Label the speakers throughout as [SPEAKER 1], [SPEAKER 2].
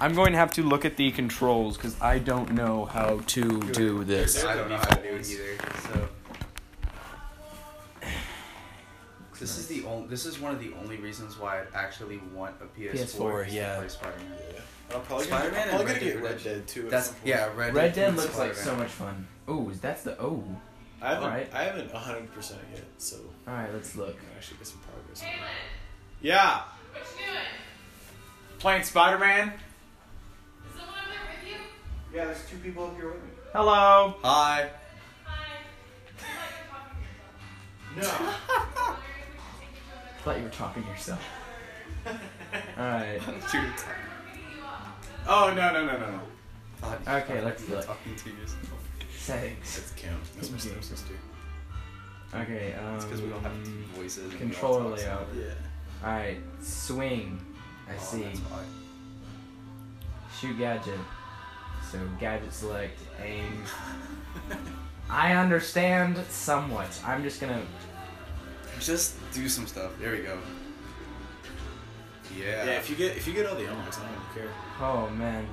[SPEAKER 1] I'm going to have to look at the controls because I don't know how to do this.
[SPEAKER 2] I don't know how to do it either. So this is the only. This is one of the only reasons why I actually want a PS4.
[SPEAKER 1] PS4,
[SPEAKER 2] is to
[SPEAKER 1] yeah.
[SPEAKER 2] play Spider-Man.
[SPEAKER 3] I'm probably gonna,
[SPEAKER 2] Spider-Man
[SPEAKER 3] I'm
[SPEAKER 2] and
[SPEAKER 3] probably
[SPEAKER 2] Red
[SPEAKER 3] gonna
[SPEAKER 2] Dead
[SPEAKER 3] get Red
[SPEAKER 2] Redemption.
[SPEAKER 3] Dead too. at
[SPEAKER 2] That's
[SPEAKER 3] some point.
[SPEAKER 2] yeah. Red,
[SPEAKER 4] Red Dead
[SPEAKER 2] and
[SPEAKER 4] looks like so
[SPEAKER 2] Spider-Man.
[SPEAKER 4] much fun. Oh, is that's the oh.
[SPEAKER 3] I haven't,
[SPEAKER 4] Alright.
[SPEAKER 3] I haven't 100 percent yet, so
[SPEAKER 4] All right, let's look.
[SPEAKER 3] I can actually get some progress. on that. Yeah,
[SPEAKER 5] What you doing?
[SPEAKER 2] Playing Spider-Man.
[SPEAKER 5] Is someone up there with you?
[SPEAKER 6] Yeah, there's two people up here with me.
[SPEAKER 1] Hello.
[SPEAKER 2] Hi.
[SPEAKER 5] Hi. Do you like to talk to yourself?
[SPEAKER 6] No.
[SPEAKER 5] I'm wondering if we should take each other.
[SPEAKER 4] I thought you were talking to yourself. All right.
[SPEAKER 2] Dude.
[SPEAKER 5] I'm picking you up.
[SPEAKER 3] Oh no no no no no.
[SPEAKER 4] Okay, let's
[SPEAKER 2] You're
[SPEAKER 4] look.
[SPEAKER 2] Talking to yourself.
[SPEAKER 4] Settings.
[SPEAKER 3] That's Cam. That's my stepsister.
[SPEAKER 4] Okay. Um.
[SPEAKER 2] It's because we don't have two voices. and we all
[SPEAKER 4] Controller
[SPEAKER 2] talk
[SPEAKER 4] layout.
[SPEAKER 3] Yeah.
[SPEAKER 4] All right. Swing. I
[SPEAKER 2] so- Oh,
[SPEAKER 4] see.
[SPEAKER 2] that's why.
[SPEAKER 4] Shoot gadget. So gadget select. Aim. I understand somewhat. I'm just gonna.
[SPEAKER 2] Just do some stuff. There we go. Yeah.
[SPEAKER 3] Yeah. If you get if you get all the unlocks, I don't even care.
[SPEAKER 4] Oh man.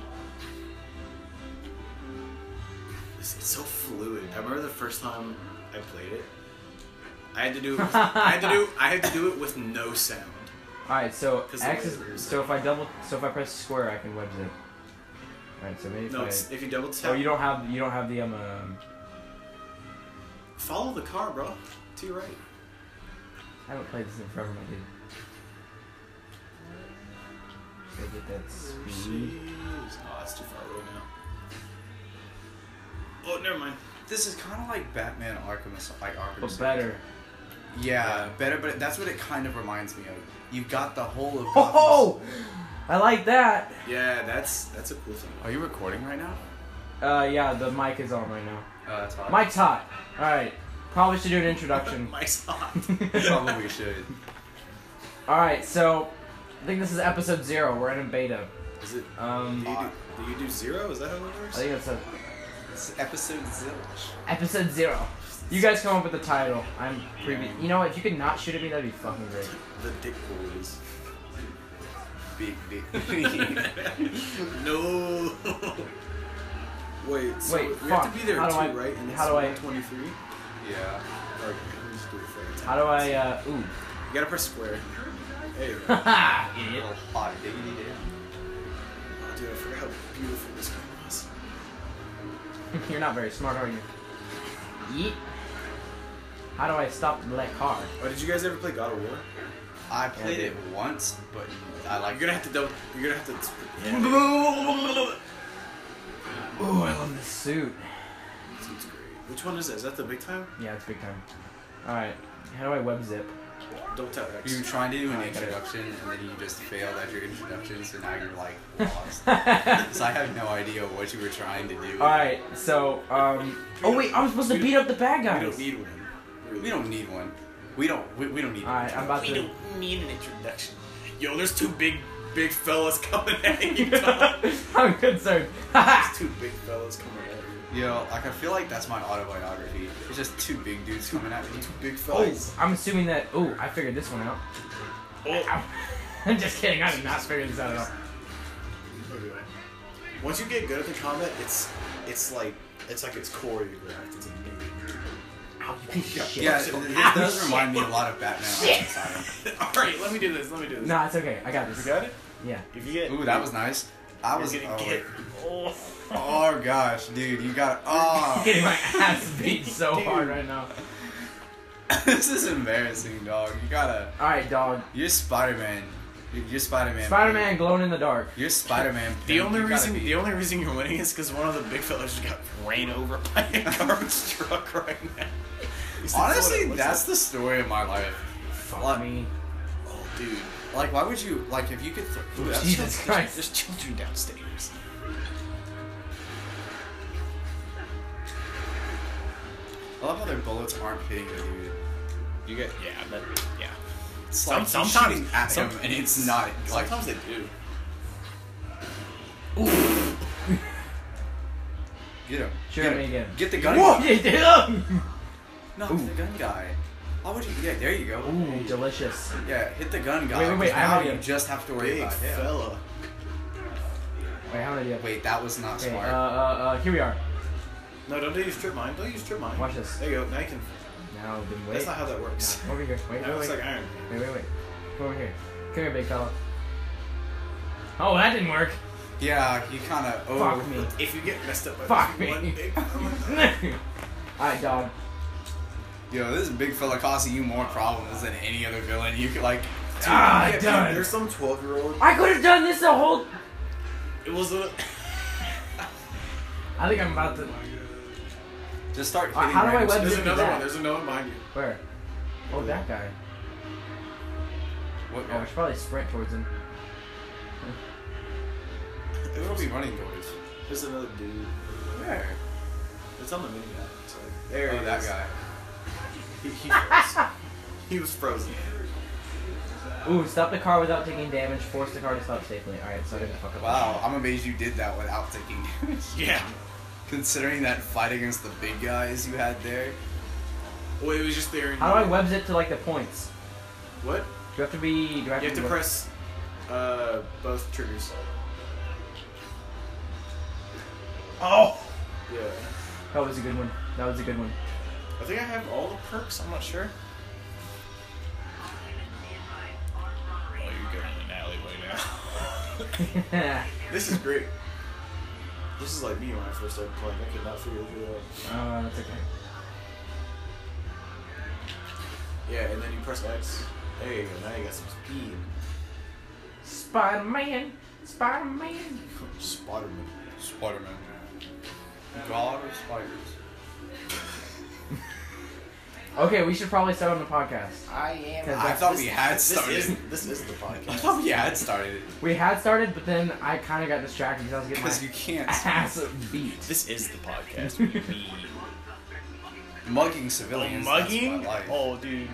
[SPEAKER 3] It's, it's so fluid. I remember the first time I played it. I had to do it. With, I had to do. I had to do it with no sound.
[SPEAKER 4] All right. So
[SPEAKER 3] 'Cause the
[SPEAKER 4] X
[SPEAKER 3] way
[SPEAKER 4] is.
[SPEAKER 3] it is.
[SPEAKER 4] So if I double. So if I press square, I can web zip. All right. So maybe.
[SPEAKER 3] No,
[SPEAKER 4] if
[SPEAKER 3] it's,
[SPEAKER 4] I,
[SPEAKER 3] if you double tap,
[SPEAKER 4] oh, you don't have. You don't have the um. um
[SPEAKER 3] follow the car, bro. To your right.
[SPEAKER 4] I haven't played this in forever, my dude. Should I get that
[SPEAKER 2] Mm-hmm.
[SPEAKER 4] speed?
[SPEAKER 3] Jeez. Oh, that's too far away now. Oh, never mind.
[SPEAKER 2] This is kind of like Batman Arkham, As- like Arkham.
[SPEAKER 4] But
[SPEAKER 2] City.
[SPEAKER 4] better.
[SPEAKER 2] Yeah, better. But that's what it kind of reminds me of. You've got the whole of.
[SPEAKER 4] Oh, Ho
[SPEAKER 2] Gotham
[SPEAKER 4] ho! I like that!
[SPEAKER 3] Yeah, that's that's a cool thing.
[SPEAKER 2] Are you recording right now?
[SPEAKER 4] Uh, yeah, the mic is on right now.
[SPEAKER 2] Uh, that's hot.
[SPEAKER 4] Mike's hot! Alright. Probably should do an introduction.
[SPEAKER 3] My sock.
[SPEAKER 2] probably should.
[SPEAKER 4] Alright, so. I think this is episode zero. We're in a beta.
[SPEAKER 3] Is it? Do
[SPEAKER 4] Um.
[SPEAKER 3] you do, do you do zero? Is that how it
[SPEAKER 4] I
[SPEAKER 3] works?
[SPEAKER 4] think it's a,
[SPEAKER 2] This is episode zilch.
[SPEAKER 4] episode zero. You guys come up with the title. I'm previous. You know what? If you could not shoot at me, that'd be fucking great.
[SPEAKER 3] The dick boys.
[SPEAKER 2] Big dick.
[SPEAKER 3] No. Wait. So
[SPEAKER 4] Wait,
[SPEAKER 3] we
[SPEAKER 4] fuck.
[SPEAKER 3] have to be there
[SPEAKER 4] How
[SPEAKER 3] too,
[SPEAKER 4] do I-
[SPEAKER 3] right? And
[SPEAKER 4] how do I-
[SPEAKER 3] it's Twenty-three.
[SPEAKER 2] yeah.
[SPEAKER 3] Or we just do it for the
[SPEAKER 4] How do I, uh. Ooh.
[SPEAKER 3] time. You gotta press square. There you go.
[SPEAKER 4] Haha! Idiot.
[SPEAKER 2] Little hot diggity damn.
[SPEAKER 3] Oh, dude, I forgot how beautiful this game was.
[SPEAKER 4] You're not very smart, are you? Yeet. How do I stop the black car?
[SPEAKER 3] Oh, did you guys ever play God of War?
[SPEAKER 2] I played it once, but I like.
[SPEAKER 3] You're gonna have to double. You're gonna have to.
[SPEAKER 4] Ooh, I love this suit.
[SPEAKER 3] This one's great. Which one is that? Is that the big time?
[SPEAKER 4] Yeah, it's big time. Alright, how do I web zip?
[SPEAKER 3] Don't tap X.
[SPEAKER 2] You were trying to do an
[SPEAKER 4] I got it.
[SPEAKER 2] introduction, and then you just failed at your introduction, so now you're like lost. so I have no idea what you were trying to do.
[SPEAKER 4] Alright, so, um. Oh, wait, I'm supposed to beat up the bad
[SPEAKER 3] We don't
[SPEAKER 4] guys!
[SPEAKER 3] need one.
[SPEAKER 2] We don't need one. We don't. We, we don't need.
[SPEAKER 4] Alright, I'm about to.
[SPEAKER 3] need an introduction. Yo, there's two big, big fellas coming at you.
[SPEAKER 4] I'm concerned. Haha!
[SPEAKER 3] two big fellas coming at you.
[SPEAKER 2] one. Yo, like I feel like that's my autobiography. It's just two big dudes coming at me.
[SPEAKER 3] Big
[SPEAKER 4] Oh,
[SPEAKER 3] fellas.
[SPEAKER 4] I'm assuming that. Oh, I figured this one out.
[SPEAKER 3] Oh.
[SPEAKER 4] Ow. I'm just kidding, I did not figure this out at all.
[SPEAKER 3] Once you get good at the combat, it's it's like it's like it's choreographed. It's amazing.
[SPEAKER 4] Ow, you piece of shit.
[SPEAKER 2] Yeah, this does remind me a lot of Batman. Arkham Asylum.
[SPEAKER 3] All right, let me do this. Let me do this.
[SPEAKER 4] Nah, it's okay, I got this.
[SPEAKER 3] got it.
[SPEAKER 4] Yeah.
[SPEAKER 3] If you get,
[SPEAKER 2] Ooh, that was nice. I was.
[SPEAKER 3] you're
[SPEAKER 2] oh,
[SPEAKER 3] gonna get. Oh.
[SPEAKER 2] oh gosh, dude, you got. Oh,
[SPEAKER 4] Getting my ass beat so
[SPEAKER 2] Dude.
[SPEAKER 4] hard right now.
[SPEAKER 2] this is embarrassing, dog. You gotta.
[SPEAKER 4] Alright, dog.
[SPEAKER 2] You're Spider Man. You're, you're Spider Man.
[SPEAKER 4] Spider Man glowing in the dark.
[SPEAKER 2] You're Spider Man.
[SPEAKER 3] The only reason the only reason you're winning is because one of the big fellas just got ran over by a garbage truck right now. You see,
[SPEAKER 2] Honestly,
[SPEAKER 3] what it looks
[SPEAKER 2] that's the story of my life.
[SPEAKER 4] Fuck
[SPEAKER 2] What?
[SPEAKER 4] me.
[SPEAKER 3] like. oh dude,
[SPEAKER 2] Like, why would you like if you could? Th- Ooh, that's
[SPEAKER 4] Jesus
[SPEAKER 3] There's-
[SPEAKER 4] Christ.
[SPEAKER 3] there's children downstairs.
[SPEAKER 2] I love how their bullets aren't hitting the dude.
[SPEAKER 3] You get yeah, but yeah.
[SPEAKER 2] It's
[SPEAKER 3] Some-
[SPEAKER 2] like he's
[SPEAKER 3] sometimes-
[SPEAKER 2] shooting at
[SPEAKER 3] some-
[SPEAKER 2] him, and it's not like.
[SPEAKER 3] Sometimes they do.
[SPEAKER 2] Get him.
[SPEAKER 4] Shoot
[SPEAKER 2] get
[SPEAKER 4] me
[SPEAKER 2] him.
[SPEAKER 4] again.
[SPEAKER 2] Get the gun. guy. No,
[SPEAKER 4] Ooh.
[SPEAKER 2] the gun guy. Why would you? Yeah, there you go.
[SPEAKER 4] Ooh, delicious.
[SPEAKER 2] Yeah, hit the gun guy.
[SPEAKER 4] Wait, wait, wait,
[SPEAKER 2] 'cause Now
[SPEAKER 4] I-
[SPEAKER 2] you just have to worry
[SPEAKER 3] Big
[SPEAKER 2] about him.
[SPEAKER 3] fella.
[SPEAKER 4] Wait, how many do you have?
[SPEAKER 2] Wait, that was not
[SPEAKER 4] Okay, uh, uh,
[SPEAKER 2] smart.
[SPEAKER 4] uh, here we are.
[SPEAKER 7] No, don't use trip mine. Don't use trip mine.
[SPEAKER 4] Watch this.
[SPEAKER 7] There you go. Now you can.
[SPEAKER 4] Now, then wait.
[SPEAKER 7] That's not how that works.
[SPEAKER 4] Nah, over here. Wait,
[SPEAKER 7] That
[SPEAKER 4] wait,
[SPEAKER 7] looks
[SPEAKER 4] wait.
[SPEAKER 7] like iron.
[SPEAKER 4] Wait, wait, wait. Come over here. Come here, big fella. Oh, that didn't work.
[SPEAKER 2] yeah, he kind of. Oh,
[SPEAKER 4] Fuck me.
[SPEAKER 7] If you get messed up by
[SPEAKER 4] Fuck me.
[SPEAKER 7] one big-
[SPEAKER 4] Alright, dog.
[SPEAKER 2] Yo, this big fella causing you more problems than any other villain. You could like.
[SPEAKER 4] Ah,
[SPEAKER 7] Yeah,
[SPEAKER 4] done.
[SPEAKER 7] There's some 12 year old.
[SPEAKER 4] I could have done this the whole.
[SPEAKER 7] It was a.
[SPEAKER 4] I think I'm about to.
[SPEAKER 2] Just start
[SPEAKER 4] Uh,
[SPEAKER 2] hitting.
[SPEAKER 4] how do I
[SPEAKER 2] random
[SPEAKER 4] web-
[SPEAKER 7] There's
[SPEAKER 4] Look at
[SPEAKER 7] another
[SPEAKER 4] that.
[SPEAKER 7] one. There's another one behind you.
[SPEAKER 4] Where? Oh, that guy.
[SPEAKER 2] shit. What,
[SPEAKER 4] Oh, I should probably sprint towards him.
[SPEAKER 2] It'll be running towards.
[SPEAKER 7] There's another dude.
[SPEAKER 2] Where?
[SPEAKER 7] It's on the mini map. It's like, there
[SPEAKER 2] Oh,
[SPEAKER 7] it
[SPEAKER 2] that
[SPEAKER 7] is.
[SPEAKER 2] guy.
[SPEAKER 7] He, he froze. he was frozen.
[SPEAKER 4] Ooh, stop the car without taking damage. Force the car to stop safely. Alright, so I didn't fuck up.
[SPEAKER 2] Wow, I'm amazed you did that without taking damage.
[SPEAKER 7] Yeah.
[SPEAKER 2] Considering that fight against the big guys you had there.
[SPEAKER 7] Well, it was just there. and-
[SPEAKER 4] How do I webs it to like the points? Do
[SPEAKER 7] What?
[SPEAKER 4] you have to be? Do I have
[SPEAKER 7] You have to
[SPEAKER 4] be-
[SPEAKER 7] press uh, both triggers.
[SPEAKER 2] Oh!
[SPEAKER 7] Yeah.
[SPEAKER 4] That was a good one. That was a good one.
[SPEAKER 7] I think I have all the perks. I'm not sure. Oh, you're going in an alleyway now.
[SPEAKER 4] Uh,
[SPEAKER 7] this is great. This is like me when I first started playing. I could not figure it out.
[SPEAKER 4] uh, that's okay.
[SPEAKER 7] Yeah, and then you press X. There you go. Now you got some speed.
[SPEAKER 4] Spider Man, Spider Man.
[SPEAKER 7] Spiderman.
[SPEAKER 2] Spider-Man. God of spiders.
[SPEAKER 4] Okay, we should probably start on the podcast.
[SPEAKER 7] I am.
[SPEAKER 2] I thought we had
[SPEAKER 7] This
[SPEAKER 2] started.
[SPEAKER 7] is, this is the
[SPEAKER 2] I
[SPEAKER 7] podcast.
[SPEAKER 2] thought we had started it.
[SPEAKER 4] We had started, but then I kind of got distracted because I was getting
[SPEAKER 2] Because you
[SPEAKER 4] my
[SPEAKER 2] can't.
[SPEAKER 4] ass beat.
[SPEAKER 7] This is the podcast. What do you mean?
[SPEAKER 2] Mugging
[SPEAKER 7] Oh,
[SPEAKER 2] civilians.
[SPEAKER 7] mugging?
[SPEAKER 2] That's my life.
[SPEAKER 7] Oh, dude.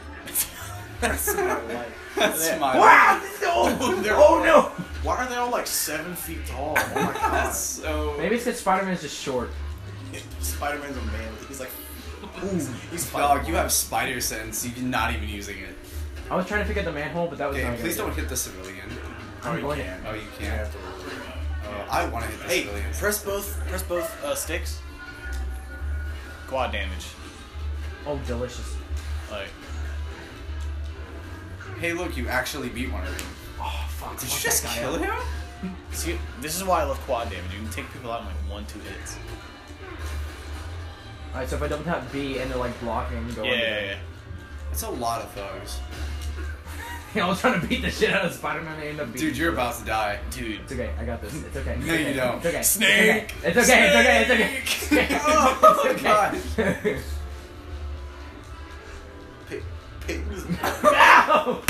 [SPEAKER 2] that's my life.
[SPEAKER 7] Yeah.
[SPEAKER 2] That's my
[SPEAKER 4] Wow!
[SPEAKER 2] life.
[SPEAKER 4] This is old.
[SPEAKER 7] Oh, they're-
[SPEAKER 4] Oh no!
[SPEAKER 7] Why are they all like seven feet tall? Oh my god.
[SPEAKER 2] That's so.
[SPEAKER 4] Maybe it's because Spider Man's just short.
[SPEAKER 7] Spider Man's a man. He's like. he's
[SPEAKER 2] Dog, you have spider sense. You're not even using it.
[SPEAKER 4] I was trying to pick up the manhole, but that was
[SPEAKER 2] Okay,
[SPEAKER 4] not
[SPEAKER 2] please
[SPEAKER 4] good.
[SPEAKER 2] don't hit the civilian.
[SPEAKER 7] Oh,
[SPEAKER 4] I'm
[SPEAKER 7] you
[SPEAKER 4] going.
[SPEAKER 7] can.
[SPEAKER 2] Oh, you
[SPEAKER 7] You
[SPEAKER 2] can't.
[SPEAKER 7] have to roll it.
[SPEAKER 2] Oh, I want to hit the
[SPEAKER 7] Hey,
[SPEAKER 2] civilians.
[SPEAKER 7] press both. Press both uh, sticks. Quad damage.
[SPEAKER 4] Oh, delicious.
[SPEAKER 7] Like.
[SPEAKER 2] Hey, look, you actually beat one of them.
[SPEAKER 4] Oh fuck!
[SPEAKER 2] Did
[SPEAKER 4] fuck
[SPEAKER 2] you just
[SPEAKER 4] that guy
[SPEAKER 2] kill
[SPEAKER 4] up.
[SPEAKER 2] him?
[SPEAKER 7] See, this is why I love quad damage. You can take people out in like one, two hits.
[SPEAKER 4] All right, so if I double tap B and they're like blocking, I'm going.
[SPEAKER 2] That's a lot of thugs.
[SPEAKER 4] yeah. I was trying to beat the shit out of Spider Man. and end up beating.
[SPEAKER 2] Dude, you're about to die.
[SPEAKER 7] Dude.
[SPEAKER 4] It's okay. I got this. It's okay.
[SPEAKER 2] No, you don't.
[SPEAKER 4] It's okay.
[SPEAKER 7] Snake!
[SPEAKER 4] It's okay. It's okay. It's okay. It's
[SPEAKER 2] Snake!
[SPEAKER 4] okay.
[SPEAKER 2] Oh,
[SPEAKER 4] It's okay.
[SPEAKER 7] Pey- Peyton is-
[SPEAKER 4] Ow!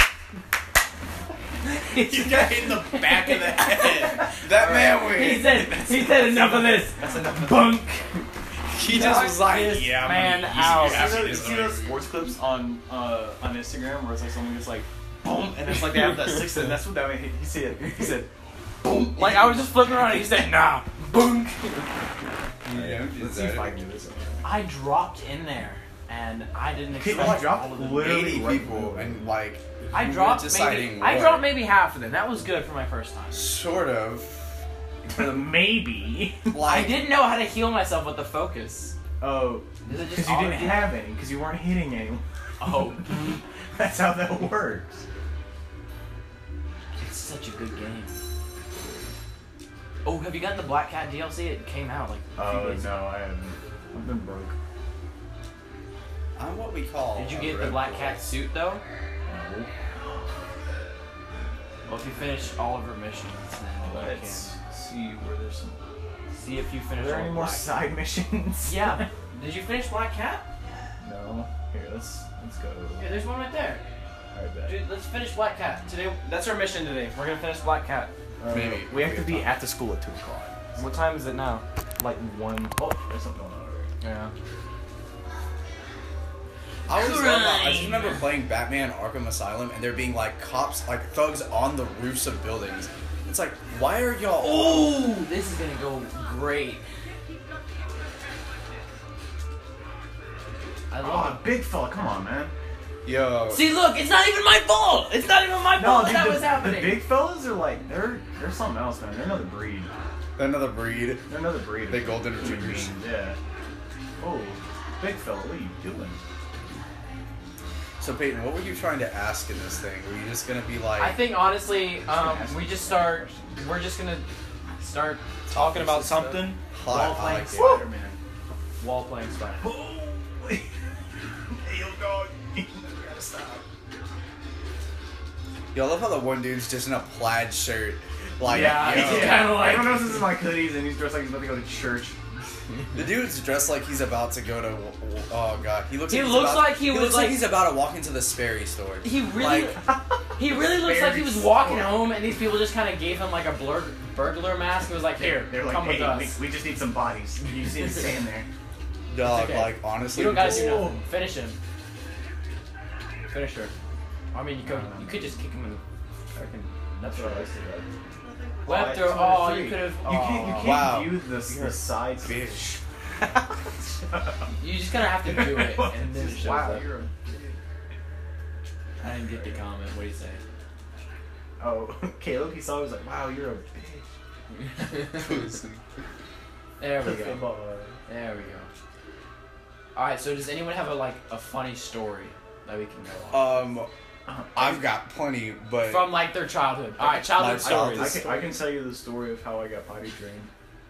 [SPEAKER 7] you got hit in the back of the head.
[SPEAKER 2] That man
[SPEAKER 4] He
[SPEAKER 2] wins.
[SPEAKER 4] said. He said enough of this.
[SPEAKER 7] That's enough.
[SPEAKER 4] Bunk.
[SPEAKER 2] He just was like,
[SPEAKER 8] yeah,
[SPEAKER 7] I'm
[SPEAKER 8] man
[SPEAKER 7] gonna use
[SPEAKER 8] out.
[SPEAKER 7] it
[SPEAKER 8] You
[SPEAKER 7] after
[SPEAKER 8] know- you
[SPEAKER 7] this,
[SPEAKER 8] see
[SPEAKER 7] like-
[SPEAKER 8] those sports clips on uh, on Instagram where it's like someone gets like boom, and it's like they have that six, and that's what that mean. He said, he said, boom. Like I was just flipping around, and he said, nah, boom.
[SPEAKER 2] yeah, I'm just
[SPEAKER 7] If I
[SPEAKER 2] dead.
[SPEAKER 7] do this.
[SPEAKER 8] I dropped in there, and I didn't
[SPEAKER 7] People
[SPEAKER 8] expect
[SPEAKER 7] dropped
[SPEAKER 8] all of them.
[SPEAKER 7] literally-
[SPEAKER 2] 80 people and like
[SPEAKER 8] I
[SPEAKER 2] we were
[SPEAKER 8] dropped
[SPEAKER 2] deciding
[SPEAKER 8] maybe. I
[SPEAKER 2] what.
[SPEAKER 8] dropped maybe half of them. That was good for my first
[SPEAKER 2] sort of
[SPEAKER 8] time. maybe. I
[SPEAKER 2] like
[SPEAKER 8] didn't know how to heal myself with the focus.
[SPEAKER 3] Oh,
[SPEAKER 8] Is it
[SPEAKER 3] because
[SPEAKER 8] just
[SPEAKER 3] you didn't
[SPEAKER 8] auto-
[SPEAKER 3] have any, because you weren't hitting anyone.
[SPEAKER 8] Oh,
[SPEAKER 3] That's how that works.
[SPEAKER 8] it's such a good game. Oh, have you gotten the Black Cat DLC? It came out like. a few
[SPEAKER 3] Oh
[SPEAKER 8] days
[SPEAKER 3] no, I haven't. I've been broke.
[SPEAKER 2] I'm what we call
[SPEAKER 8] Did you
[SPEAKER 2] a
[SPEAKER 8] get the
[SPEAKER 2] red
[SPEAKER 8] black
[SPEAKER 2] boy.
[SPEAKER 8] cat suit though? Well, if you finish all of her missions, then you
[SPEAKER 3] Let's see where there's some.
[SPEAKER 8] can see if you
[SPEAKER 3] Are
[SPEAKER 8] finish
[SPEAKER 3] there
[SPEAKER 8] all
[SPEAKER 3] any
[SPEAKER 8] of
[SPEAKER 3] more
[SPEAKER 8] Black
[SPEAKER 3] side missions?
[SPEAKER 8] Yeah. Did you finish Black Cat?
[SPEAKER 3] No. Here, let's let's go.
[SPEAKER 8] Yeah, there's one right there.
[SPEAKER 3] I bet.
[SPEAKER 8] Dude, let's finish Black Cat today. That's our mission today. We're gonna finish Black Cat.
[SPEAKER 3] Uh,
[SPEAKER 2] Maybe.
[SPEAKER 3] we have to be at the school at two o'clock.
[SPEAKER 8] What time is it now?
[SPEAKER 3] Like one. Oh, there's something going on over here.
[SPEAKER 8] Yeah.
[SPEAKER 2] I was I just remember playing Batman Arkham Asylum and there being like cops like thugs on the roofs of buildings. It's like why are y'all
[SPEAKER 8] Oh, this is gonna go great. I love.
[SPEAKER 3] Oh, big fella, come on, man.
[SPEAKER 2] Yo
[SPEAKER 8] it. See, look, it's not even my fault. It's not even my fault
[SPEAKER 3] dude,
[SPEAKER 8] that
[SPEAKER 3] the,
[SPEAKER 8] was happening.
[SPEAKER 3] the big fellas are like they're they're something else, man. They're another breed.
[SPEAKER 2] Another breed.
[SPEAKER 7] They're another breed. of
[SPEAKER 2] They golden
[SPEAKER 7] human
[SPEAKER 2] retrievers.
[SPEAKER 7] beings, Yeah. Oh, big fella, what are you doing?
[SPEAKER 2] So Peyton, what were you trying to ask in this thing? Were you just gonna be like?
[SPEAKER 4] I think honestly, um, we just start. We're just gonna start
[SPEAKER 9] Talking about something.
[SPEAKER 2] hot, I like it.
[SPEAKER 7] Spider-Man.
[SPEAKER 4] wall playing Spider.
[SPEAKER 2] Yo, I love how the one dude's just in a plaid shirt.
[SPEAKER 4] Oh,
[SPEAKER 2] Like,
[SPEAKER 7] Yeah,
[SPEAKER 2] yo.
[SPEAKER 4] kinda like-
[SPEAKER 7] Everyone else is in like hoodies and he's dressed like he's about to go to church.
[SPEAKER 2] the dude's dressed like he's about to go to. Oh god, he looks.
[SPEAKER 4] He
[SPEAKER 2] like he's
[SPEAKER 4] looks
[SPEAKER 2] about-
[SPEAKER 4] like he was,
[SPEAKER 2] looks like,
[SPEAKER 4] like-
[SPEAKER 2] he's about to walk into the Sperry store.
[SPEAKER 4] He really,
[SPEAKER 2] Like,
[SPEAKER 4] he really looks like he was
[SPEAKER 7] Very
[SPEAKER 4] walking
[SPEAKER 7] short.
[SPEAKER 4] home, and these people just kind of gave him like a blur, burglar mask. and was like, here,
[SPEAKER 7] They're like,
[SPEAKER 4] come with
[SPEAKER 7] hey,
[SPEAKER 4] us.
[SPEAKER 7] we, we just need some bodies. You see him standing there.
[SPEAKER 2] dog.
[SPEAKER 4] okay.
[SPEAKER 2] Like honestly,
[SPEAKER 4] You don't gotta do
[SPEAKER 7] Oh.
[SPEAKER 2] people-
[SPEAKER 4] nothing. Finish him. Finish her. I mean, you could you could just kick him in the freaking
[SPEAKER 7] That's what I like to do.
[SPEAKER 4] web throw. Oh, you could have. Oh,
[SPEAKER 7] You can't, you can't
[SPEAKER 2] wow.
[SPEAKER 7] view the, the sides.
[SPEAKER 2] Bitch.
[SPEAKER 4] You just gonna have to do it, and then it shows
[SPEAKER 7] wow,
[SPEAKER 4] up.
[SPEAKER 7] you're a
[SPEAKER 4] I didn't get the comment. What do you say?
[SPEAKER 7] Oh, Caleb, he saw. He was like, "Wow, you're a bitch."
[SPEAKER 4] there we go.
[SPEAKER 7] Football.
[SPEAKER 4] There we go. All right. So does anyone have a like a funny story that we can go on
[SPEAKER 2] Um, I've got plenty, but
[SPEAKER 4] from like their childhood? All right, childhood
[SPEAKER 2] My childhood
[SPEAKER 7] Uh, I
[SPEAKER 4] stories.
[SPEAKER 7] can, I can tell you the story of how I got potty trained.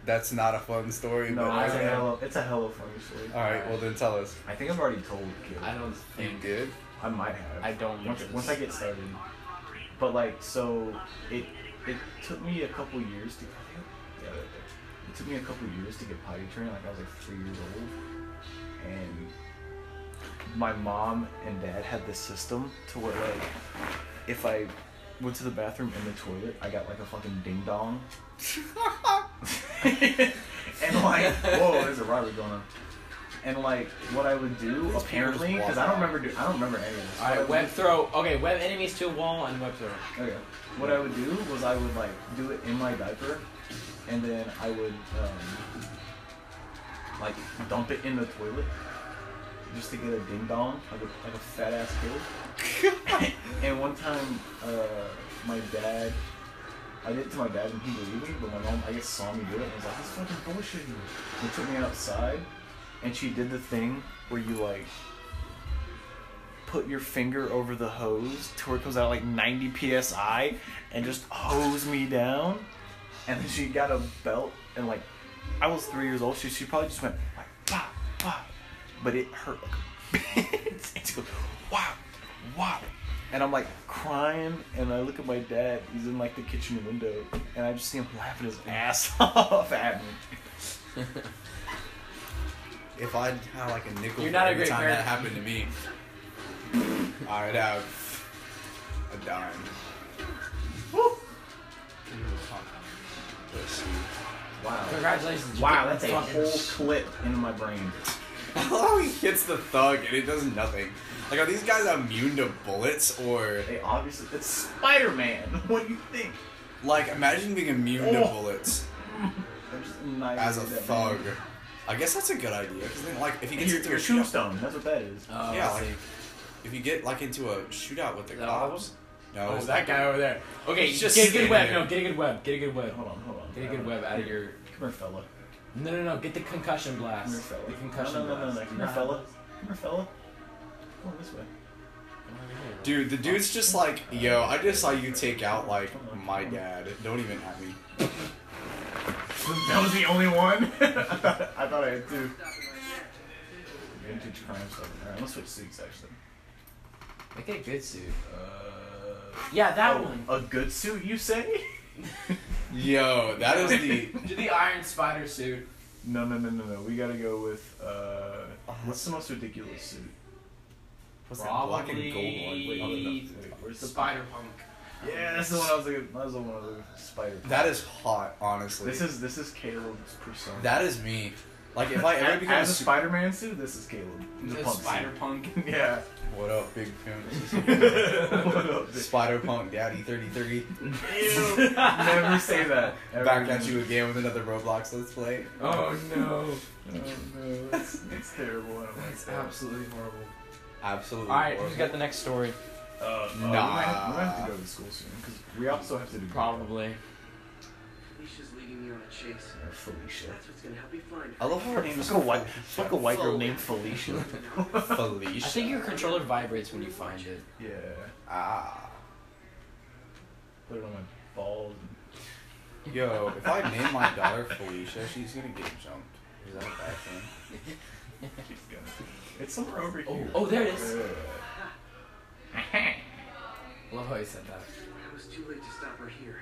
[SPEAKER 2] that's not a fun story.
[SPEAKER 7] No,
[SPEAKER 2] but
[SPEAKER 7] it's a
[SPEAKER 4] I-
[SPEAKER 7] hell of, it's a hell of a funny story.
[SPEAKER 2] All right, well then tell us.
[SPEAKER 7] I think I've already told Caleb.
[SPEAKER 4] I don't
[SPEAKER 2] You
[SPEAKER 4] think.
[SPEAKER 2] did.
[SPEAKER 7] I might have.
[SPEAKER 4] I don't
[SPEAKER 7] Once,
[SPEAKER 4] know.
[SPEAKER 7] once I get started. But like, so it it took me a couple years to. Yeah, right there. It took me a couple years to get potty trained. Like I was like three years old, and my mom and dad had this system to where like, if I went to the bathroom in the toilet, I got like a fucking ding dong. and like, whoa, there's a robbery going on. And like, what I would do apparently, because I don't remember, do, I don't remember any of this.
[SPEAKER 4] All
[SPEAKER 7] What I
[SPEAKER 4] right,
[SPEAKER 7] would
[SPEAKER 4] web
[SPEAKER 7] do-
[SPEAKER 4] throw. Okay, web enemies to a wall and web throw.
[SPEAKER 7] Okay. What I would do was I would like do it in my diaper, and then I would um, like dump it in the toilet just to get a ding dong, like a, like a fat ass kid. and one time, uh, my dad, I did it to my dad and he believed me, but my mom, I guess, saw me do it and was like, "This fucking bullshit." They took me outside, and she did the thing where you like put your finger over the hose to where it comes out like 90 psi and just hose me down. And then she got a belt and like I was three years old. She she probably just went like pop pop, but it hurt like a bitch. And she goes wow wow, and I'm like crying and I look at my dad. He's in like the kitchen window and I just see him laughing his ass off at me.
[SPEAKER 2] If I had like a nickel
[SPEAKER 4] You're not
[SPEAKER 2] for
[SPEAKER 4] a
[SPEAKER 2] every
[SPEAKER 4] great
[SPEAKER 2] time that
[SPEAKER 4] parent.
[SPEAKER 2] happened to me, I'd have a dime. Let's see.
[SPEAKER 7] Wow.
[SPEAKER 4] Congratulations.
[SPEAKER 7] Wow, that's a
[SPEAKER 4] Fucking
[SPEAKER 7] whole
[SPEAKER 4] sh-
[SPEAKER 7] clip into my brain.
[SPEAKER 2] I love how Oh, he hits the thug and it does nothing. Like, are these guys immune to bullets or
[SPEAKER 7] They obviously it's Spider-Man. What do you think?
[SPEAKER 2] like? Imagine being immune to
[SPEAKER 7] Oh.
[SPEAKER 2] bullets
[SPEAKER 7] I'm just annihilated
[SPEAKER 2] as a
[SPEAKER 7] that
[SPEAKER 2] thug.
[SPEAKER 7] man.
[SPEAKER 2] I guess that's a good idea because then, like, if he
[SPEAKER 7] And
[SPEAKER 2] gets
[SPEAKER 7] Your,
[SPEAKER 2] into a
[SPEAKER 7] your
[SPEAKER 2] shootout,
[SPEAKER 7] tombstone. That's what that is.
[SPEAKER 4] Oh,
[SPEAKER 2] Yeah,
[SPEAKER 4] I
[SPEAKER 2] like-
[SPEAKER 4] see.
[SPEAKER 2] if you get like into a shootout with the
[SPEAKER 4] that all of
[SPEAKER 2] cops, no,
[SPEAKER 4] Oh,
[SPEAKER 2] it's
[SPEAKER 4] that guy over there. Okay,
[SPEAKER 2] He's just
[SPEAKER 4] get a good
[SPEAKER 2] standing
[SPEAKER 4] web.
[SPEAKER 2] there.
[SPEAKER 4] No, get a good web. Get a good web.
[SPEAKER 7] hold on, hold on.
[SPEAKER 4] Get a good web out of your.
[SPEAKER 7] Come here, fella.
[SPEAKER 4] No, no, no. Get the concussion
[SPEAKER 7] Come here,
[SPEAKER 4] blast.
[SPEAKER 7] fella.
[SPEAKER 4] The concussion
[SPEAKER 7] no, no, no, no, no.
[SPEAKER 4] blast.
[SPEAKER 7] Come here, fella. Come here, fella. Come on this way.
[SPEAKER 2] Dude, the dude's just like, yo, I just saw you take out like my dad. Don't even at me.
[SPEAKER 7] That was the only one. I thought I had two. Vintage crime stuff. All right, let's switch suits actually.
[SPEAKER 4] Make it a good suit.
[SPEAKER 7] Uh,
[SPEAKER 4] Yeah, that
[SPEAKER 7] oh,
[SPEAKER 4] one.
[SPEAKER 7] A good suit, you say?
[SPEAKER 2] Yo, that is the
[SPEAKER 4] Do the Iron Spider suit.
[SPEAKER 7] No, no, no, no, no. We gotta go with uh, what's the most ridiculous suit?
[SPEAKER 2] what's that black and gold one? Wait, oh, no,
[SPEAKER 4] Probably
[SPEAKER 2] no.
[SPEAKER 7] Wait, where's the?
[SPEAKER 4] Spider Punk.
[SPEAKER 7] Yeah, that's the one I was looking. That was the one I was looking. for. Spider.
[SPEAKER 2] That is hot, honestly.
[SPEAKER 7] This is this is Caleb's persona.
[SPEAKER 2] that is me. Like if I ever
[SPEAKER 7] As,
[SPEAKER 2] become a
[SPEAKER 7] as a
[SPEAKER 2] su-
[SPEAKER 7] Spider-Man suit, this is Caleb.
[SPEAKER 4] The
[SPEAKER 7] The punk suit.
[SPEAKER 4] Spider Punk.
[SPEAKER 7] Yeah.
[SPEAKER 2] What up, big pimp?
[SPEAKER 7] What up, bitch?
[SPEAKER 2] Spider Punk Daddy 33.
[SPEAKER 7] Never say that. Ever
[SPEAKER 2] Back
[SPEAKER 7] again.
[SPEAKER 2] at you again with another Roblox Let's Play.
[SPEAKER 4] Oh no.
[SPEAKER 7] Oh no, that's, that's terrible. I don't like
[SPEAKER 4] It's
[SPEAKER 7] that.
[SPEAKER 4] absolutely horrible.
[SPEAKER 2] Absolutely.
[SPEAKER 4] All right, who's
[SPEAKER 2] horrible.
[SPEAKER 4] got the next story?
[SPEAKER 7] Uh, uh, we, might,
[SPEAKER 2] Nah.
[SPEAKER 7] we might have to go to school soon because we also have to do.
[SPEAKER 4] Probably.
[SPEAKER 10] Felicia's leading me on a chase.
[SPEAKER 3] Uh, Felicia.
[SPEAKER 10] That's what's gonna help me find her.
[SPEAKER 2] I love how her name is
[SPEAKER 3] Fuck a white, fuck a white girl named Felicia.
[SPEAKER 2] Felicia.
[SPEAKER 4] I think your controller vibrates when you find it.
[SPEAKER 3] Yeah.
[SPEAKER 2] Ah.
[SPEAKER 3] Put it on my balls. and-
[SPEAKER 2] Yo, if I name my daughter Felicia, she's gonna get jumped. Is that a bad thing?
[SPEAKER 3] It's somewhere over
[SPEAKER 4] Oh,
[SPEAKER 3] here.
[SPEAKER 4] oh, there it is.
[SPEAKER 3] Yeah.
[SPEAKER 4] I love how you said that.
[SPEAKER 10] I was too late to stop her here.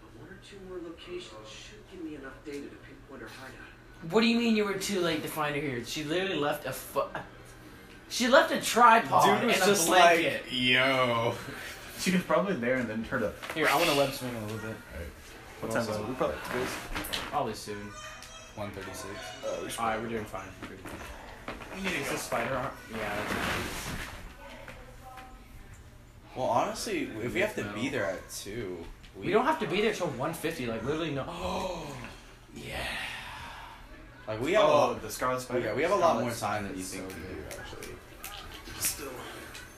[SPEAKER 10] But one or two more locations should give me enough data to pinpoint her hideout.
[SPEAKER 4] What do you mean you were too late to find her here? She literally left a fu- She left a tripod
[SPEAKER 2] Dude was
[SPEAKER 4] and a
[SPEAKER 2] just like,
[SPEAKER 4] blanket.
[SPEAKER 2] yo.
[SPEAKER 3] She was probably there and then turned up.
[SPEAKER 11] Here, I want to web swing a little bit.
[SPEAKER 3] What time is it?
[SPEAKER 11] Also-
[SPEAKER 3] We probably
[SPEAKER 4] Probably soon.
[SPEAKER 2] 136.
[SPEAKER 4] Alright, we're doing fine. We're doing fine.
[SPEAKER 12] It's a spider arm.
[SPEAKER 4] Yeah, that's
[SPEAKER 2] Well, honestly, if we have to be there at 2,
[SPEAKER 4] We don't have to be there till 150, like literally no.
[SPEAKER 2] Like, we have a lot.
[SPEAKER 7] the Scarlet
[SPEAKER 4] Oh,
[SPEAKER 7] Spider.
[SPEAKER 2] Oh. Yeah, we have a lot more time than you think we do, actually.
[SPEAKER 10] Still,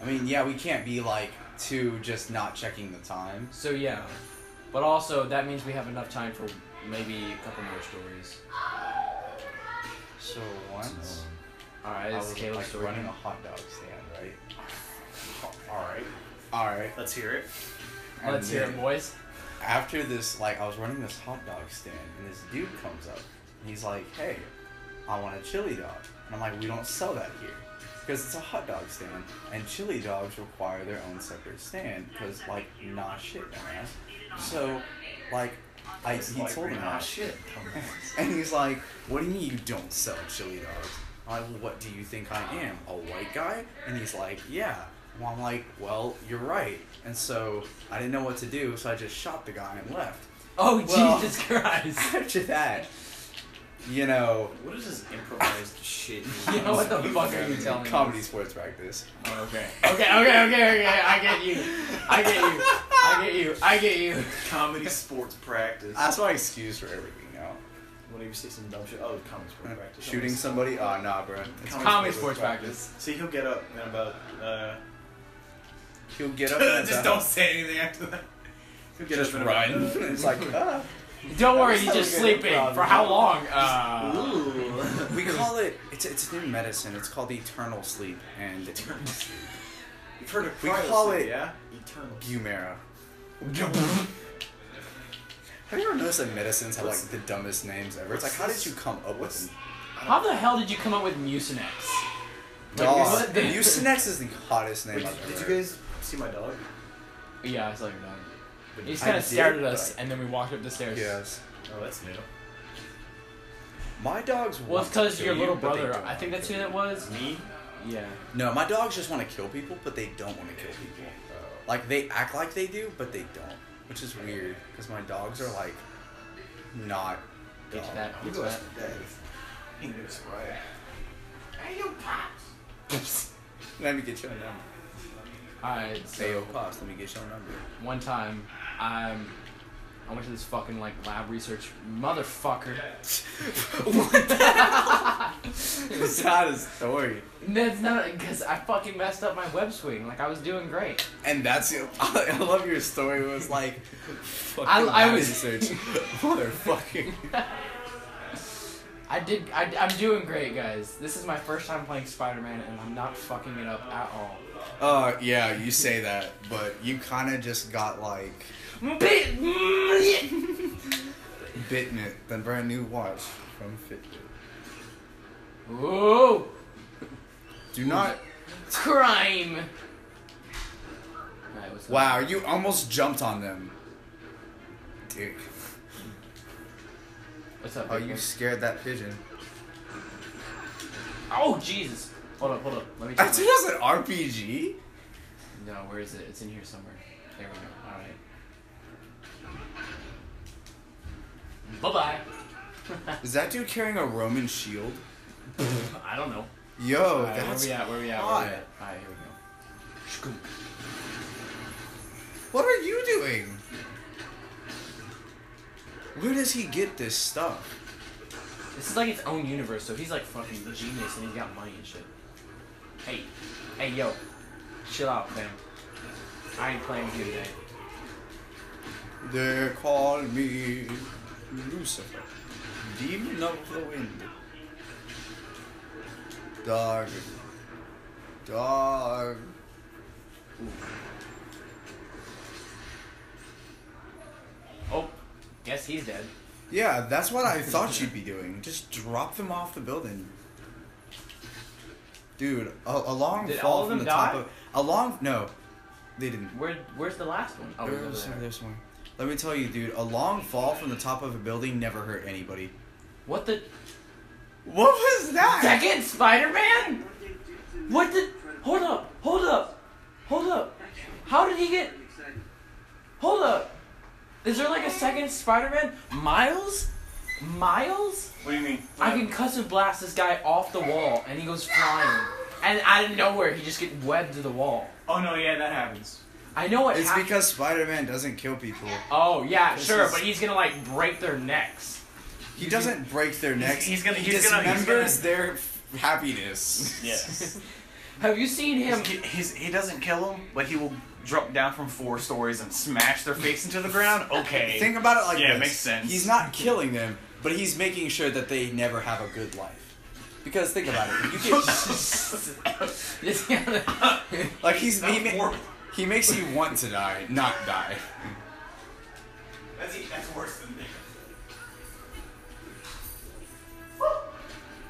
[SPEAKER 2] I mean, yeah, we can't be like two just not checking the time.
[SPEAKER 4] So yeah, but also that means we have enough time for maybe a couple more stories.
[SPEAKER 2] So once
[SPEAKER 4] All right,
[SPEAKER 2] I
[SPEAKER 4] it's
[SPEAKER 2] was
[SPEAKER 4] Caleb's
[SPEAKER 2] like
[SPEAKER 4] story.
[SPEAKER 2] running a hot dog stand, right? All right. All right.
[SPEAKER 7] Let's hear it.
[SPEAKER 4] Let's hear it, boys.
[SPEAKER 2] After this, like, I was running this hot dog stand, and this dude comes up, and he's like, "Hey, I want a chili dog," and I'm like, "We don't sell that here." Because it's a hot dog stand, and chili dogs require their own separate stand. Because like, nah, shit, dumbass. So, like, I he
[SPEAKER 7] Like,
[SPEAKER 2] told him
[SPEAKER 7] nah,
[SPEAKER 2] that.
[SPEAKER 7] shit.
[SPEAKER 2] And he's like, What do you mean you don't sell chili dogs? I'm like, well, What do you think I am? A white guy? And he's like, Yeah. Well, I'm like, Well, you're right. And so I didn't know what to do, so I just shot the guy and left.
[SPEAKER 4] Oh
[SPEAKER 2] Well-
[SPEAKER 4] Jesus Christ!
[SPEAKER 2] After that, you know,
[SPEAKER 7] What is this improvised shit?
[SPEAKER 4] You know what the fuck are you telling me?
[SPEAKER 2] comedy sports practice.
[SPEAKER 7] Okay.
[SPEAKER 4] Okay, okay, okay, okay. I get you. I get you. I get you. I get you.
[SPEAKER 7] Comedy sports practice.
[SPEAKER 2] That's my excuse for everything now.
[SPEAKER 7] Whenever you say some dumb shit, oh, comedy sports practice.
[SPEAKER 2] Shooting somebody? Oh, nah, bro. It's
[SPEAKER 4] Comedy sports practice.
[SPEAKER 7] See, he'll get up in about. Uh,
[SPEAKER 2] He'll get up and
[SPEAKER 7] just don't say anything after that. He'll get
[SPEAKER 2] just
[SPEAKER 7] up in about-
[SPEAKER 2] run. it's like, ah.
[SPEAKER 4] Don't worry,
[SPEAKER 2] was
[SPEAKER 4] he's just
[SPEAKER 2] so good.
[SPEAKER 4] sleeping. For how long? Uh,
[SPEAKER 7] Ooh.
[SPEAKER 2] We call it, it's, it's new medicine. It's called eternal sleep. And
[SPEAKER 7] You've heard of
[SPEAKER 2] We
[SPEAKER 7] Primal
[SPEAKER 2] call
[SPEAKER 7] Sleep,
[SPEAKER 2] it-
[SPEAKER 7] yeah? Eternal.
[SPEAKER 2] Gumera. Have you ever noticed that medicines have like the dumbest names ever? It's like, how did you come up with them?
[SPEAKER 4] how the hell did you come up with Mucinex?
[SPEAKER 2] Dog.
[SPEAKER 4] what the-
[SPEAKER 2] Mucinex is the hottest name
[SPEAKER 7] Wait,
[SPEAKER 2] I've ever
[SPEAKER 7] did
[SPEAKER 2] heard.
[SPEAKER 7] you guys see my dog?
[SPEAKER 4] Yeah, I saw your dog. He just
[SPEAKER 2] I
[SPEAKER 4] kind of
[SPEAKER 2] did,
[SPEAKER 4] stared at
[SPEAKER 2] but
[SPEAKER 4] us,
[SPEAKER 2] I-
[SPEAKER 4] and then we walked up the stairs.
[SPEAKER 2] Yes.
[SPEAKER 7] Oh, that's new.
[SPEAKER 2] My dogs.
[SPEAKER 4] Well,
[SPEAKER 2] want
[SPEAKER 4] it's
[SPEAKER 2] to
[SPEAKER 4] because
[SPEAKER 2] kill
[SPEAKER 4] your
[SPEAKER 2] you,
[SPEAKER 4] little
[SPEAKER 2] but they
[SPEAKER 4] brother.
[SPEAKER 2] don't
[SPEAKER 4] I
[SPEAKER 2] want
[SPEAKER 4] think that's
[SPEAKER 2] to
[SPEAKER 4] who that
[SPEAKER 2] kill
[SPEAKER 4] was.
[SPEAKER 7] Me?
[SPEAKER 4] Yeah.
[SPEAKER 2] you. No, my dogs just want to kill people, but they don't want to kill people. Like they act like they do, but they don't, which is weird because my dogs are like not.
[SPEAKER 4] Get to
[SPEAKER 2] dumb.
[SPEAKER 4] that. Get to that.
[SPEAKER 7] English, right?
[SPEAKER 2] Let me get your number.
[SPEAKER 4] Alright,
[SPEAKER 2] Say,
[SPEAKER 4] so
[SPEAKER 2] yo, pops. Let me get your number.
[SPEAKER 4] one time, um, I went to this fucking like lab research motherfucker.
[SPEAKER 2] It's not a story.
[SPEAKER 4] That's not because I fucking messed up my web swing. Like I was doing great.
[SPEAKER 2] And that's your. I love your story. It was like,
[SPEAKER 4] I-
[SPEAKER 2] fucking
[SPEAKER 4] I
[SPEAKER 2] lab
[SPEAKER 4] was-
[SPEAKER 2] research, motherfucking.
[SPEAKER 4] I did. I, I'm doing great, guys. This is my first time playing Spider-Man, and I'm not fucking it up at all.
[SPEAKER 2] Uh, yeah, you say that, but you kind of just got like bitten it. The brand new watch from Fitbit.
[SPEAKER 4] Ooh,
[SPEAKER 2] Do not.
[SPEAKER 4] crime. Alright, what's up?
[SPEAKER 2] Wow, you almost jumped on them. Dick.
[SPEAKER 4] What's up?
[SPEAKER 2] Oh,
[SPEAKER 4] big
[SPEAKER 2] you
[SPEAKER 4] guy?
[SPEAKER 2] scared that pigeon.
[SPEAKER 4] Oh Jesus! Hold up, hold up. Let me.
[SPEAKER 2] That's
[SPEAKER 4] check
[SPEAKER 2] just an RPG.
[SPEAKER 4] my- No, where is it? It's in here somewhere. There we go. All right. Bye bye.
[SPEAKER 2] Is that dude carrying a Roman shield?
[SPEAKER 4] I don't know.
[SPEAKER 2] Yo,
[SPEAKER 4] Alright, where
[SPEAKER 2] Oh, that's.
[SPEAKER 4] we at? Where we at? Where we at? Alright, here we go.
[SPEAKER 2] What are you doing? Where does he get this stuff?
[SPEAKER 4] This is like its own universe, so he's like fucking genius and he's got money and shit. Hey, hey, yo, chill out, fam. I ain't playing with you today.
[SPEAKER 2] They call me
[SPEAKER 3] Lucifer. Demon of the wind.
[SPEAKER 2] Dog. Dog.
[SPEAKER 4] Oh, guess he's dead.
[SPEAKER 2] Yeah, that's what I thought you'd be doing. Just drop them off the building. Dude, a, a long
[SPEAKER 4] Did
[SPEAKER 2] fall
[SPEAKER 4] all of
[SPEAKER 2] from
[SPEAKER 4] them
[SPEAKER 2] the top
[SPEAKER 4] die?
[SPEAKER 2] of a long no, they didn't.
[SPEAKER 4] Where, where's the last one? Oh,
[SPEAKER 2] There
[SPEAKER 4] he's
[SPEAKER 2] was-
[SPEAKER 4] over there.
[SPEAKER 2] there's one. Let me tell you, dude, a long fall from the top of a building never hurt anybody.
[SPEAKER 4] What the?
[SPEAKER 2] What was that?
[SPEAKER 4] Second Spider-Man?
[SPEAKER 10] What they do to
[SPEAKER 4] What the? Hold up! Hold up! Hold up! How did he get?
[SPEAKER 10] Pretty exciting.
[SPEAKER 4] Hold up! Is there like a second Spider-Man? Miles? Miles?
[SPEAKER 7] What do you mean?
[SPEAKER 4] I can custom blast this guy off the wall, and he goes flying. And out of nowhere, he just gets webbed to the wall.
[SPEAKER 7] Oh no, yeah, that happens.
[SPEAKER 4] I know what
[SPEAKER 2] It's
[SPEAKER 4] hap-
[SPEAKER 2] because Spider-Man doesn't kill people.
[SPEAKER 4] Oh yeah,
[SPEAKER 2] This
[SPEAKER 4] sure,
[SPEAKER 2] is-
[SPEAKER 4] but he's gonna like break their necks.
[SPEAKER 2] He doesn't break their necks.
[SPEAKER 7] he's gonna-
[SPEAKER 2] He
[SPEAKER 7] he's gonna- he's
[SPEAKER 2] dismembers their f- happiness.
[SPEAKER 7] Yes.
[SPEAKER 4] Have you seen him?
[SPEAKER 7] He, he's, he doesn't kill them, but he will drop down from four stories and smash their face into the ground. Okay.
[SPEAKER 2] Think about it like
[SPEAKER 7] Yeah,
[SPEAKER 2] this.
[SPEAKER 7] makes sense.
[SPEAKER 2] He's not killing them, but he's making sure that they never have a good life. Because think about it, you get like he's he, ma- he makes you want to die, not die.
[SPEAKER 7] That's, that's worse than me.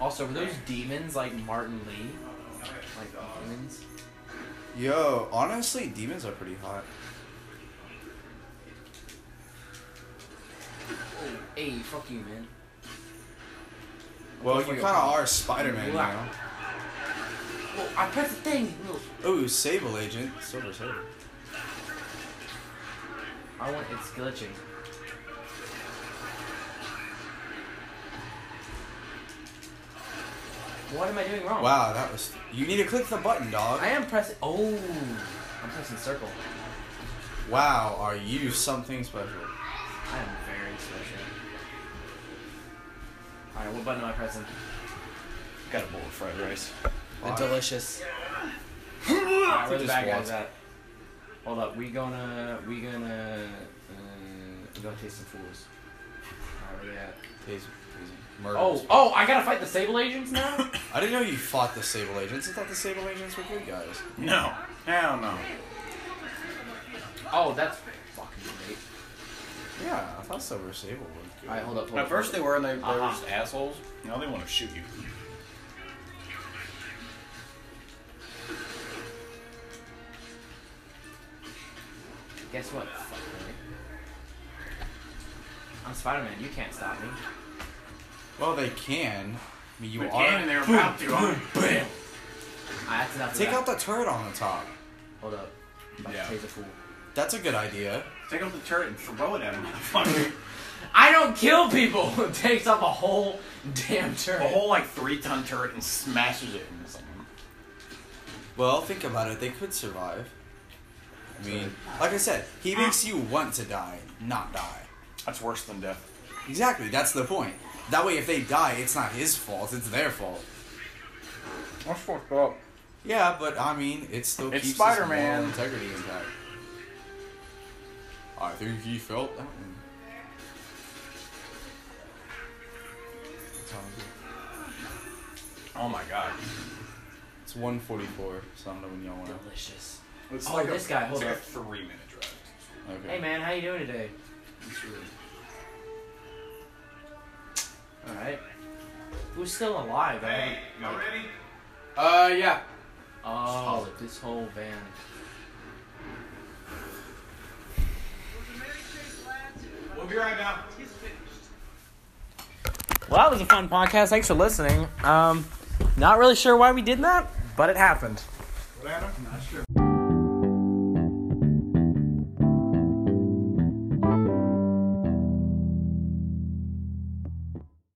[SPEAKER 4] also, were those demons like Martin Lee? Like demons?
[SPEAKER 2] Yo, honestly, demons are pretty hot.
[SPEAKER 4] Hey, fuck you, man.
[SPEAKER 2] Well, you kind of are Spider-Man
[SPEAKER 4] Wow.
[SPEAKER 2] now.
[SPEAKER 4] Whoa, I pressed the thing. Whoa.
[SPEAKER 2] Ooh, Sable Agent, Silver Saber.
[SPEAKER 4] I want it's glitching. What am I doing wrong?
[SPEAKER 2] Wow, that was. You need to click the button, dog.
[SPEAKER 4] Oh. I am pressing. Oh, I'm pressing circle.
[SPEAKER 2] Wow, are you something special?
[SPEAKER 4] I am very special. All right, what button am I pressing?
[SPEAKER 7] Got a bowl of fried rice.
[SPEAKER 4] The
[SPEAKER 2] Why?
[SPEAKER 4] delicious. Alright, where the
[SPEAKER 2] Just
[SPEAKER 4] bad guys
[SPEAKER 2] once.
[SPEAKER 4] at? Hold up, we gonna we gonna uh, we gonna taste some fools. Alright, where they at?
[SPEAKER 2] Taser, taser. Murder.
[SPEAKER 4] Oh, oh, I gotta fight the Sable Agents now?
[SPEAKER 2] I didn't know you fought the Sable Agents. I thought the Sable Agents were good guys.
[SPEAKER 7] No. Hell no.
[SPEAKER 4] oh, that's fucking great.
[SPEAKER 2] Yeah, I thought Silver Sable was good.
[SPEAKER 4] Alright, hold up, hold up.
[SPEAKER 3] At first they were, and they, they were
[SPEAKER 4] Uh-huh.
[SPEAKER 3] just assholes.
[SPEAKER 7] Now they want to shoot you.
[SPEAKER 4] Guess what? Fuck me. I'm Spider Man, you can't stop me.
[SPEAKER 2] Well, they can. I mean, you
[SPEAKER 7] They
[SPEAKER 2] are.
[SPEAKER 7] can, and they're about to. aren't they?
[SPEAKER 2] Bam!
[SPEAKER 4] Alright, that's enough. of
[SPEAKER 2] Take
[SPEAKER 4] that.
[SPEAKER 2] out the turret on the top.
[SPEAKER 4] Hold up. I'm about
[SPEAKER 7] Yeah.
[SPEAKER 4] to taste a fool.
[SPEAKER 2] That's a good idea.
[SPEAKER 7] Take out the turret and throw it at him, motherfucker.
[SPEAKER 4] I don't kill people! it takes up a whole damn turn.
[SPEAKER 7] a whole like three ton turret and smashes it into someone.
[SPEAKER 2] Well, think about it. They could survive. I mean, like I said,
[SPEAKER 4] Ah.
[SPEAKER 2] he makes you want to die, not die.
[SPEAKER 7] That's worse than death.
[SPEAKER 2] Exactly. That's the point. That way, if they die, it's not his fault. It's their fault.
[SPEAKER 3] That's fucked up.
[SPEAKER 2] Yeah, but I mean, it still
[SPEAKER 7] It's
[SPEAKER 2] keeps his
[SPEAKER 7] Spider-Man.
[SPEAKER 2] moral integrity intact. I think he felt that one. What time is it?
[SPEAKER 7] Oh my god.
[SPEAKER 2] It's 144, so I don't know when y'all want to.
[SPEAKER 4] Delicious.
[SPEAKER 7] It's
[SPEAKER 4] Oh, this guy, hold
[SPEAKER 7] it's like
[SPEAKER 4] up.
[SPEAKER 7] a three minute drive.
[SPEAKER 2] Okay.
[SPEAKER 4] Hey man, how you doing today? Alright. Who's still alive? I haven't-
[SPEAKER 7] y'all ready?
[SPEAKER 3] Uh, yeah.
[SPEAKER 4] Oh, this whole van.
[SPEAKER 7] We'll be right now.
[SPEAKER 4] Well, that was a fun podcast. Thanks for listening. Um, not really sure why we did that, but it happened.
[SPEAKER 7] What happened? Not sure.